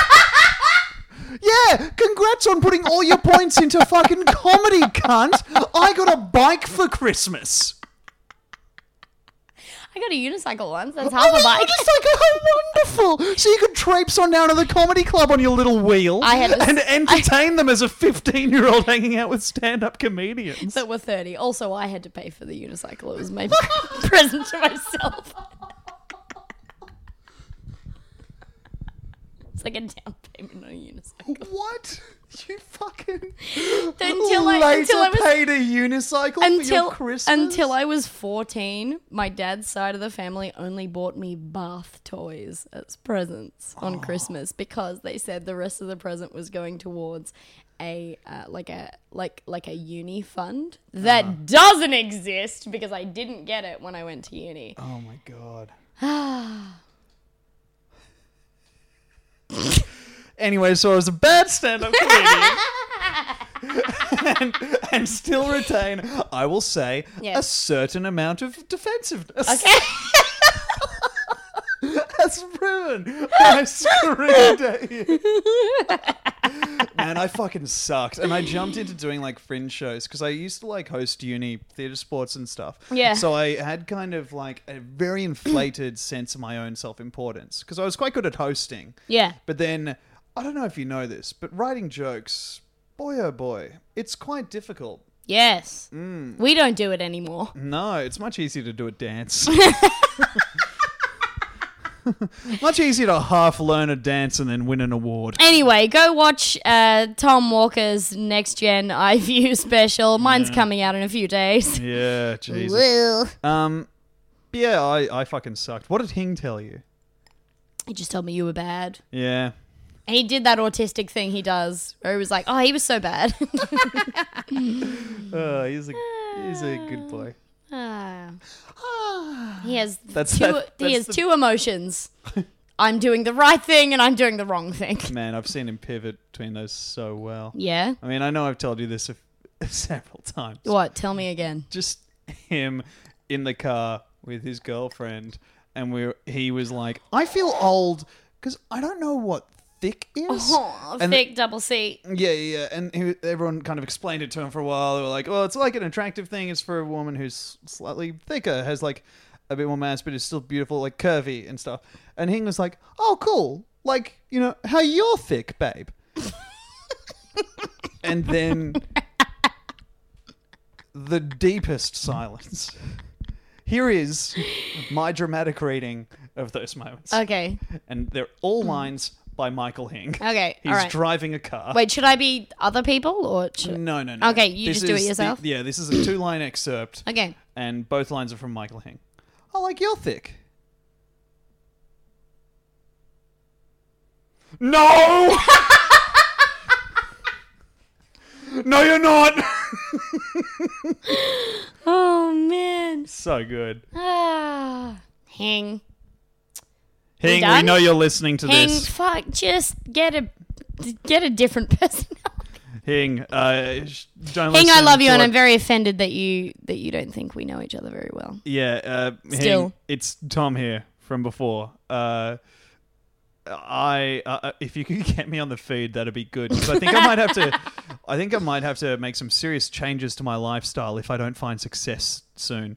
S3: yeah, congrats on putting all your points into fucking comedy, cunt. I got a bike for Christmas.
S2: I got a unicycle once. That's half a bike.
S3: It's like, oh, wonderful. So you could traipse on down to the comedy club on your little wheel
S2: I had this-
S3: and entertain them as a 15 year old hanging out with stand up comedians.
S2: that were 30. Also, I had to pay for the unicycle. It was my present to myself. it's like a down payment on a unicycle.
S3: What? You fucking
S2: Until I, until I was
S3: paid a unicycle
S2: until until I was 14, my dad's side of the family only bought me bath toys as presents on Christmas because they said the rest of the present was going towards a uh, like a like like a uni fund that
S3: Uh-huh.
S2: doesn't exist because I didn't get it when I went to uni.
S3: Oh my god. anyway, so I was a bad stand-up comedian. and, and still retain, I will say,
S2: Yes.
S3: a certain amount of defensiveness.
S2: Okay.
S3: That's ruined my screamed at you. Man, I fucking sucked. And I jumped into doing like fringe shows because I used to like host uni theatre sports and stuff.
S2: Yeah.
S3: So I had kind of like a very inflated sense of my own self importance because I was quite good at hosting.
S2: Yeah.
S3: But then, I don't know if you know this, but writing jokes, boy oh boy, it's quite difficult.
S2: Yes.
S3: Mm.
S2: We don't do it anymore.
S3: No, it's much easier to do a dance. much easier to half learn a dance and then win an award.
S2: Anyway, go watch uh, Tom Walker's next gen iView special. Mine's coming out in a few days.
S3: Yeah, Jesus. Um, but yeah, I, I fucking sucked. What did Hing tell you?
S2: He just told me you were bad.
S3: Yeah.
S2: And he did that autistic thing he does, where he was like, "Oh, he was so bad."
S3: Oh, he's a he's a
S2: Uh.
S3: good boy.
S2: Ah. he has
S3: Ah. That's-
S2: two.
S3: that-
S2: he has
S3: that's the-
S2: two emotions. I'm doing the right thing and I'm doing the wrong thing.
S3: Man, I've seen him pivot between those so well.
S2: Yeah.
S3: I mean, I know I've told you this a, several times.
S2: What? Tell me again.
S3: just him in the car with his girlfriend, and we are he was like, "I feel old because I don't know what thick is."
S2: Oh,
S3: and
S2: thick double C.
S3: yeah, yeah, yeah. and he, everyone kind of explained it to him for a while. They were like, "Well, it's like an attractive thing. It's for a woman who's slightly thicker, has like a bit more mass, but is still beautiful, like curvy and stuff." And Hing was like, "Oh, cool. Like, you know, how you're thick, babe." and then the deepest silence. Here is my dramatic reading of those moments.
S2: Okay.
S3: And they're all lines by Michael Hing.
S2: Okay,
S3: He's
S2: all right.
S3: driving a car.
S2: Wait, should I be other people or? Should...
S3: No, no, no.
S2: Okay, you just do it
S3: is the-
S2: yourself?
S3: yeah, this is a two line excerpt.
S2: Okay.
S3: And both lines are from Michael Hing. I like your thick. No! no, you're not!
S2: Oh man.
S3: so good.
S2: Ah. Hang.
S3: Hing, we
S2: done?
S3: know you're listening to
S2: Hang.
S3: this.
S2: Fuck. Just get a get a different person.
S3: Hing, uh, sh- don't
S2: Hang, I
S3: listen
S2: love you,
S3: to
S2: and
S3: what-
S2: I'm very offended that you that you don't think we know each other very well.
S3: Yeah, uh, Hing,
S2: Still.
S3: it's Tom here from before. Uh, I uh, uh, if you could get me on the feed, that'd be good. 'Cause I think I might have to. I think I might have to make some serious changes to my lifestyle if I don't find success soon.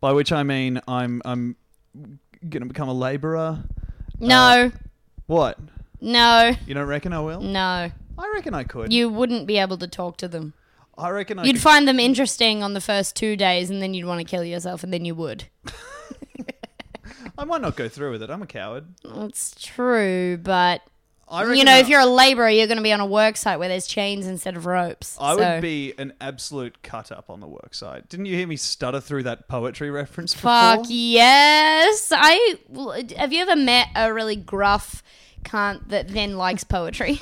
S3: By which I mean I'm I'm gonna become a labourer.
S2: No,
S3: What?
S2: no,
S3: You don't reckon I will?
S2: no.
S3: I reckon I could.
S2: You wouldn't be able to talk to them.
S3: I reckon I.
S2: You'd
S3: could-
S2: find them interesting on the first two days, and then you'd want to kill yourself, and then you would.
S3: I might not go through with it. I'm a coward.
S2: That's true, but
S3: I reckon
S2: You know,
S3: I-
S2: if you're a labourer, you're going to be on a work site where there's chains instead of ropes.
S3: I
S2: so-
S3: would be an absolute cut up on the work site. Didn't you hear me stutter through that poetry reference before?
S2: Fuck yes! I well, have you ever met a really gruff cunt that then likes poetry?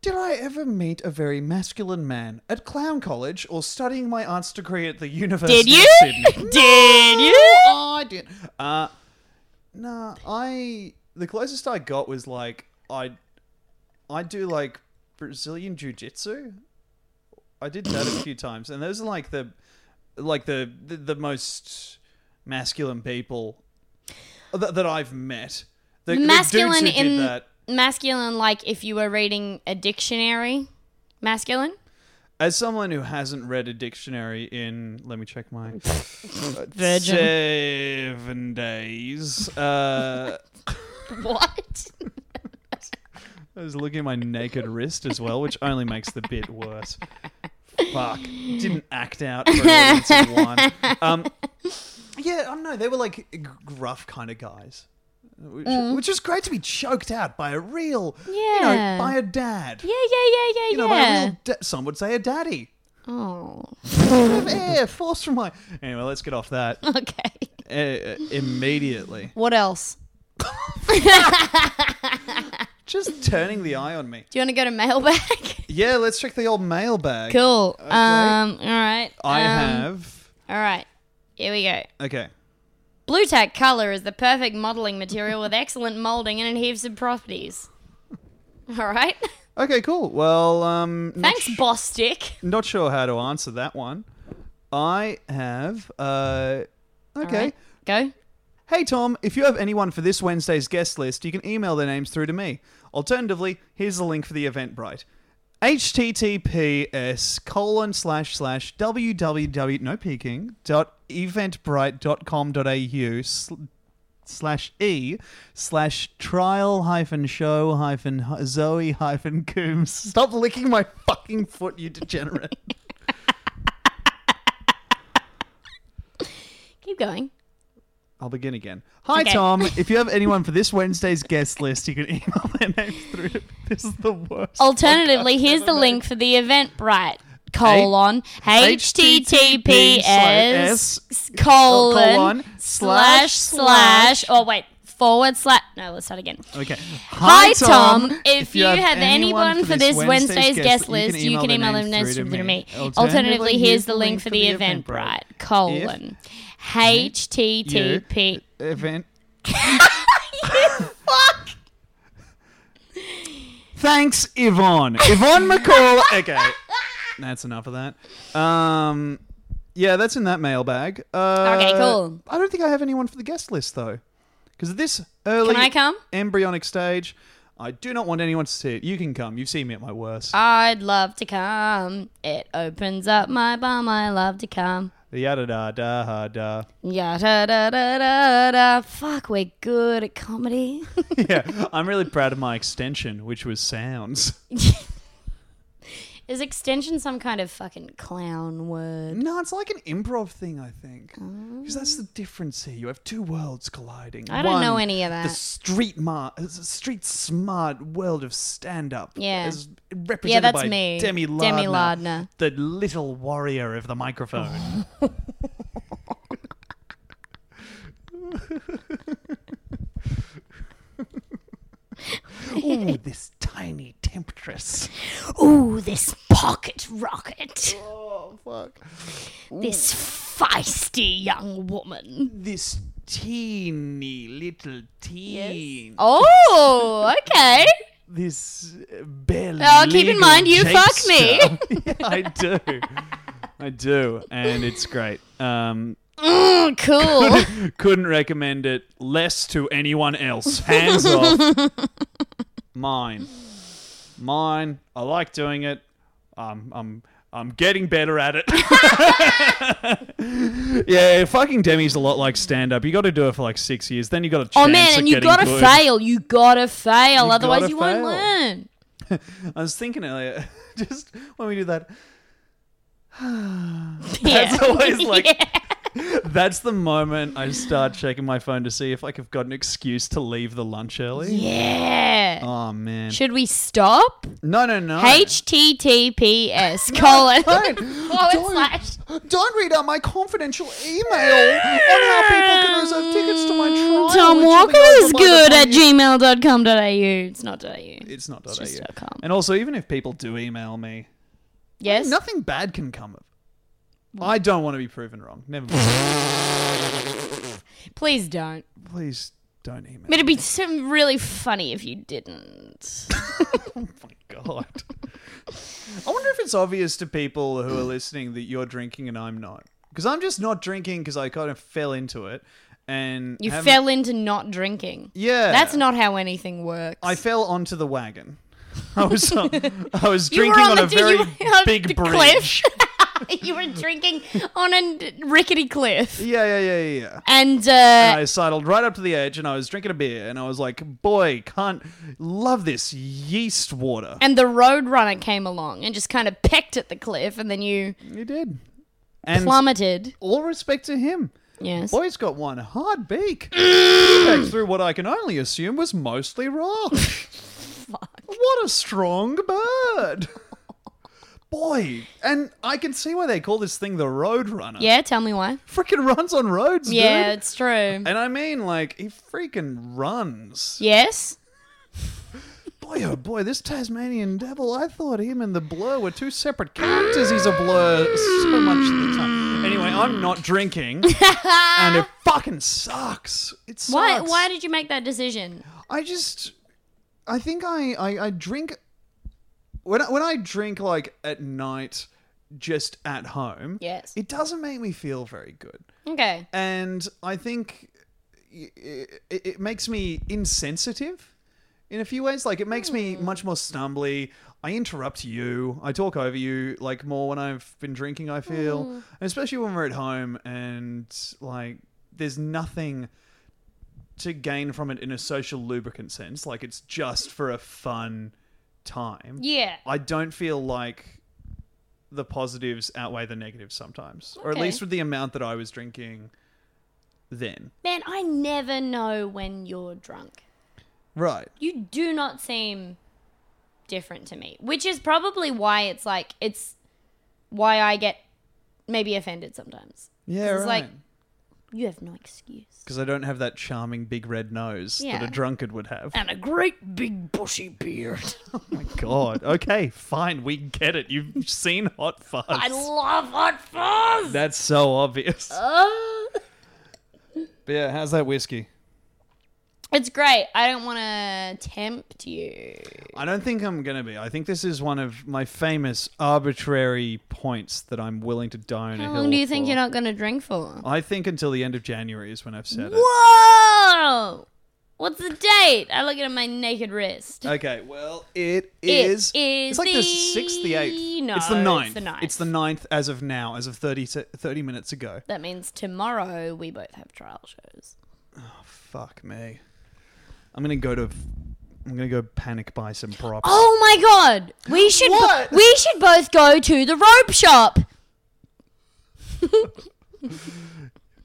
S3: Did I ever meet a very masculine man at clown college or studying my arts degree at the University
S2: Did you?
S3: of Sydney?
S2: Did you?
S3: I did. Uh, nah, I the closest I got was like I, I do like Brazilian jiu-jitsu. I did that a few times, and those are like the, like the the, the most masculine people that, that I've met. The, the dudes who
S2: Masculine
S3: did
S2: in
S3: that.
S2: masculine, like if you were reading a dictionary, masculine.
S3: As someone who hasn't read a dictionary in, let me check my
S2: Virgin.
S3: seven days. Uh,
S2: What?
S3: I was looking at my naked wrist as well, which only makes the bit worse. Fuck, didn't act out for an audience of one. Um, yeah, I don't know. They were like g- gruff kind of guys, which,
S2: Mm.
S3: which is great to be choked out by a real, you know,
S2: Yeah.
S3: by a dad.
S2: yeah, yeah, yeah, yeah,
S3: You know, by a
S2: yeah.
S3: real da- some would say a daddy.
S2: oh,
S3: Air force from my. Anyway, let's get off that.
S2: okay.
S3: uh, immediately.
S2: What else?
S3: Just turning the eye on me.
S2: Do you want to go to mailbag?
S3: Yeah, let's check the old mailbag.
S2: cool. Um. All right.
S3: I
S2: um,
S3: have.
S2: All right. Here we go.
S3: Okay.
S2: Blue tack color is the perfect modeling material with excellent molding and adhesive properties. All right.
S3: Okay, cool. Well, um, not,
S2: Thanks, boss stick.
S3: not sure how to answer that one. I have. Uh, okay.
S2: All right, Go.
S3: Hey, Tom, if you have anyone for this Wednesday's guest list, you can email their names through to me. Alternatively, here's the link for the Eventbrite. https colon slash slash www no peeking dot eventbrite.com.au sl- slash e slash trial hyphen show hyphen h- zoe hyphen coombs stop licking my fucking foot you degenerate
S2: Keep going.
S3: I'll begin again. Hi,
S2: Okay.
S3: Tom. If you have anyone for this Wednesday's guest list, you can email their names through. to- This is the worst.
S2: Alternatively, here's the link for the Eventbrite colon https
S3: HTTPS
S2: colon
S3: colon
S2: slash
S3: slash-
S2: slash or wait forward slash no let's start again
S3: Okay.
S2: Oh. hi tom if you have anyone for this wednesday's guest list you can email them
S3: names
S2: next to me alternatively here's the link for the Eventbrite colon http
S3: Event.
S2: fuck
S3: Thanks, Yvonne. Yvonne McCall. Okay. That's enough of that. Um, yeah, that's in that mailbag. Uh,
S2: Okay, cool.
S3: I don't think I have anyone for the guest list, though. Because at this early
S2: Can I come?
S3: embryonic stage, I do not want anyone to see it. You can come. You've seen me at my worst.
S2: I'd love to come. It opens up my bum. I love to come.
S3: Yada da da ha da.
S2: Yeah, da da da da da. Fuck, we're good at comedy.
S3: Yeah, I'm really proud of my extension, which was sounds.
S2: Is extension some kind of fucking clown word?
S3: No, it's like an improv thing, I think. Because that's the difference here. You have two worlds colliding.
S2: Oh. I don't
S3: One,
S2: know any of
S3: The
S2: that.
S3: street mar- uh, street smart world of stand up.
S2: Yeah.
S3: As represented
S2: Yeah, that's
S3: by
S2: me.
S3: Demi Lardner,
S2: Demi Lardner.
S3: The little warrior of the microphone. Ooh, this tiny temptress.
S2: Ooh, this pocket rocket.
S3: Oh, fuck.
S2: This feisty young woman.
S3: This teeny little teen.
S2: Oh, okay.
S3: this uh, barely.
S2: Oh, keep in mind, you fuck me.
S3: yeah, I do. I do, and it's great. Um,
S2: Mm, cool.
S3: couldn't recommend it less to anyone else. Hands off. Mine, mine. I like doing it. I'm, I'm, I'm getting better at it. yeah, fucking Demi's a lot like stand up. You got to do it for like six years, then you got a chance.
S2: oh man,
S3: at
S2: and you
S3: getting
S2: gotta
S3: good.
S2: fail. You gotta fail.
S3: You
S2: Otherwise,
S3: gotta
S2: you
S3: fail.
S2: won't learn.
S3: I was thinking earlier, just when we do that. That's
S2: yeah.
S3: always like. That's the moment I start checking my phone to see if like I've got an excuse to leave the lunch early.
S2: yeah.
S3: Oh man.
S2: Should we stop?
S3: no, no, no.
S2: HTTPS colon forward slash.
S3: Don't read out my confidential email on how people can reserve tickets to my trial.
S2: Mm, Tom
S3: which will be
S2: Walker is
S3: over by the
S2: good
S3: time
S2: at
S3: you-
S2: gmail.com.au. It's not .au.
S3: It's not
S2: It's
S3: .au.
S2: just .com.
S3: And also, even if people do email me,
S2: yes?
S3: nothing bad can come of. it. I don't want to be proven wrong. Never.
S2: Please don't.
S3: Please don't email.
S2: But it'd be so really funny if you didn't.
S3: my god. I wonder if it's obvious to people who are listening that you're drinking and I'm not. Because I'm just not drinking because I kind of fell into it. And
S2: You
S3: haven't-
S2: fell into not drinking.
S3: Um, Yeah.
S2: That's not how anything works.
S3: I fell onto the wagon. I was on, I was
S2: You were
S3: drinking on,
S2: the-
S3: a
S2: you
S3: very
S2: were on
S3: big
S2: the
S3: bridge.
S2: cliff. you were drinking on a rickety cliff.
S3: Yeah, yeah, yeah, yeah, yeah.
S2: And, uh,
S3: And I sidled right up to the edge and I was drinking a beer and I was like, boy, can't love this yeast water.
S2: and the roadrunner came along and just kind of pecked at the cliff and then you
S3: You did. And
S2: plummeted.
S3: all respect to him.
S2: Yes.
S3: Boy's got one hard beak. Back through what I can only assume was mostly rock. What a strong bird. Boy, and I can see why they call this thing the Roadrunner.
S2: Yeah, tell me why.
S3: Freaking runs on roads,
S2: Yeah,
S3: dude.
S2: it's true.
S3: And I mean, like, he freaking runs.
S2: Yes.
S3: Boy, oh boy, this Tasmanian devil, I thought him and the blur were two separate characters. He's a blur so much of the time. Anyway, I'm not drinking, and it fucking sucks. It sucks.
S2: Why? Why did you make that decision?
S3: I just, I think I, I, I drink when I, when I drink like at night, just at home.
S2: Yes.
S3: it doesn't make me feel very good,
S2: Okay.
S3: and I think i- i- it, it makes me insensitive in a few ways. Like it makes me much more stumbly. I interrupt you. I talk over you like more when I've been drinking. I feel, and especially when we're at home and like there's nothing to gain from it in a social lubricant sense. Like it's just for a fun time.
S2: Yeah.
S3: I don't feel like the positives outweigh the negatives sometimes, or at
S2: Okay.
S3: least with the amount that I was drinking then.
S2: Man, I never know when you're drunk.
S3: Right.
S2: You do not seem different to me, which is probably why it's like it's why I get maybe offended sometimes.
S3: Yeah,
S2: It's like-
S3: right.
S2: You have no excuse.
S3: Because I don't have that charming big red nose
S2: Yeah.
S3: that a drunkard would have.
S2: And a great big bushy beard.
S3: Oh my god. Okay, fine. We get it. You've seen Hot Fuzz.
S2: I love hot fuzz.
S3: That's so obvious.
S2: Uh,
S3: But yeah, how's that whiskey?
S2: it's great. I don't want to tempt you.
S3: I don't think I'm going to be. I think this is one of my famous arbitrary points that I'm willing to die on a
S2: How
S3: hill
S2: long do you think
S3: for.
S2: you're not going to drink for?
S3: I think until the end of January is when I've said it.
S2: Whoa! What's the date? I look at my naked wrist.
S3: Okay, well, it
S2: It
S3: is. it's
S2: is
S3: like the,
S2: the-
S3: 6th, the 8th.
S2: no,
S3: it's the
S2: it's
S3: 9th.
S2: the ninth.
S3: It's the 9th as of now, as of 30, se- 30 minutes ago.
S2: That means tomorrow we both have trial shows.
S3: Fuck me. I'm going to go to. I'm going to go panic buy some props.
S2: Oh my god! We should bo-
S3: What?
S2: we should both go to the rope shop.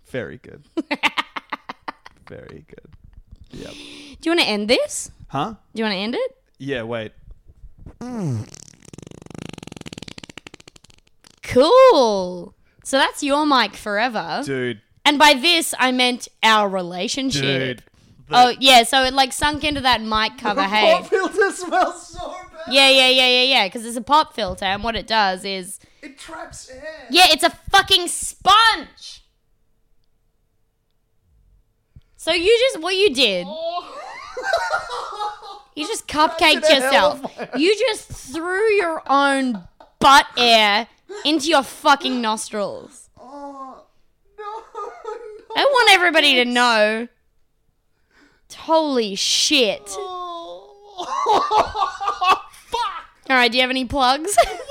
S3: Very good. Very good. Yep.
S2: Do you want to end this?
S3: Huh?
S2: Do you want to end it?
S3: Yeah, wait.
S2: Cool. So that's your mic forever.
S3: Dude.
S2: And by this I meant our relationship.
S3: Dude.
S2: Oh yeah, so it like sunk into that mic cover. hey,
S3: filter smells so bad.
S2: yeah, yeah, yeah, yeah, yeah. Because it's a pop filter, and what it does is
S3: It traps air.
S2: Yeah, it's a fucking sponge. So you just what you did?
S3: Oh.
S2: You just cupcaked yourself. You just threw your own butt air into your fucking nostrils.
S3: Oh,
S2: I want everybody to know. Holy shit.
S3: Oh.
S2: All right, do you have any plugs?
S3: What?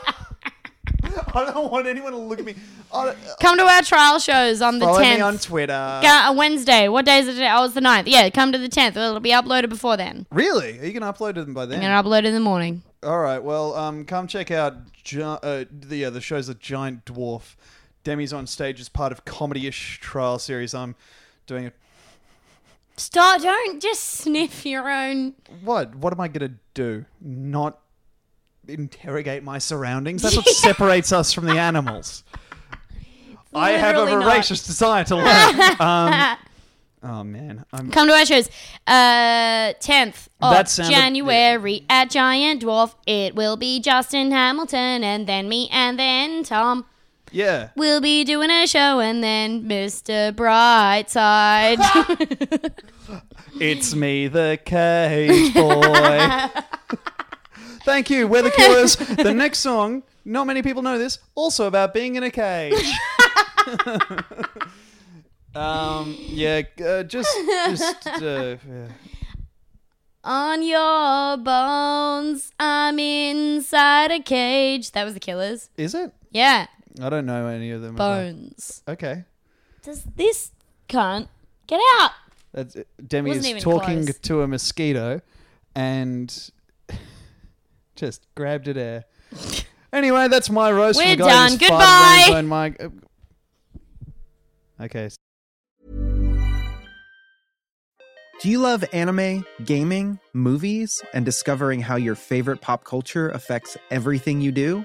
S3: No! I don't want anyone to look at me. I don't-
S2: Come to our trial shows on the
S3: Follow
S2: 10th.
S3: me on Twitter.
S2: Ga- uh, Wednesday. What day is it today? Oh, it's the 9th. Yeah, come to the 10th. It'll be uploaded before then.
S3: Really? Are you going to upload them by then?
S2: And upload in the morning.
S3: All right. Well, um, come check out gi- uh, the yeah, the show's a giant dwarf. Demi's on stage as part of comedy-ish trial series. I'm doing it.
S2: Stop! Don't just sniff your own.
S3: What? What am I gonna do? Not interrogate my surroundings? That's what separates us from the animals. I have a
S2: Literally not.
S3: voracious desire to learn. Um, oh man, I'm
S2: Come to our shows. Uh, 10th of
S3: That sounded-
S2: January at Giant Dwarf. It will be Justin Hamilton and then me and then Tom.
S3: yeah.
S2: We'll be doing a show and then Mr. Brightside.
S3: It's me, the cage boy. Thank you, We're the Killers. The next song, not many people know this, also about being in a cage. um, yeah, uh, just, just, uh, yeah.
S2: On your bones, I'm inside a cage. That was the killers.
S3: is it?
S2: Yeah,
S3: I don't know any of them.
S2: bones.
S3: Okay,
S2: Does this cunt get out?
S3: That's, it. Demi
S2: Wasn't
S3: is
S2: even
S3: talking
S2: close.
S3: to a mosquito, and just grabbed it air. Anyway, that's my roast.
S2: We're
S3: for the guy who
S2: done.
S3: just farted
S2: Goodbye.
S3: on his own mic. Okay,
S5: Do you love anime, gaming, movies, and discovering how your favorite pop culture affects everything you do?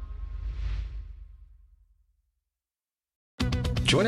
S6: Join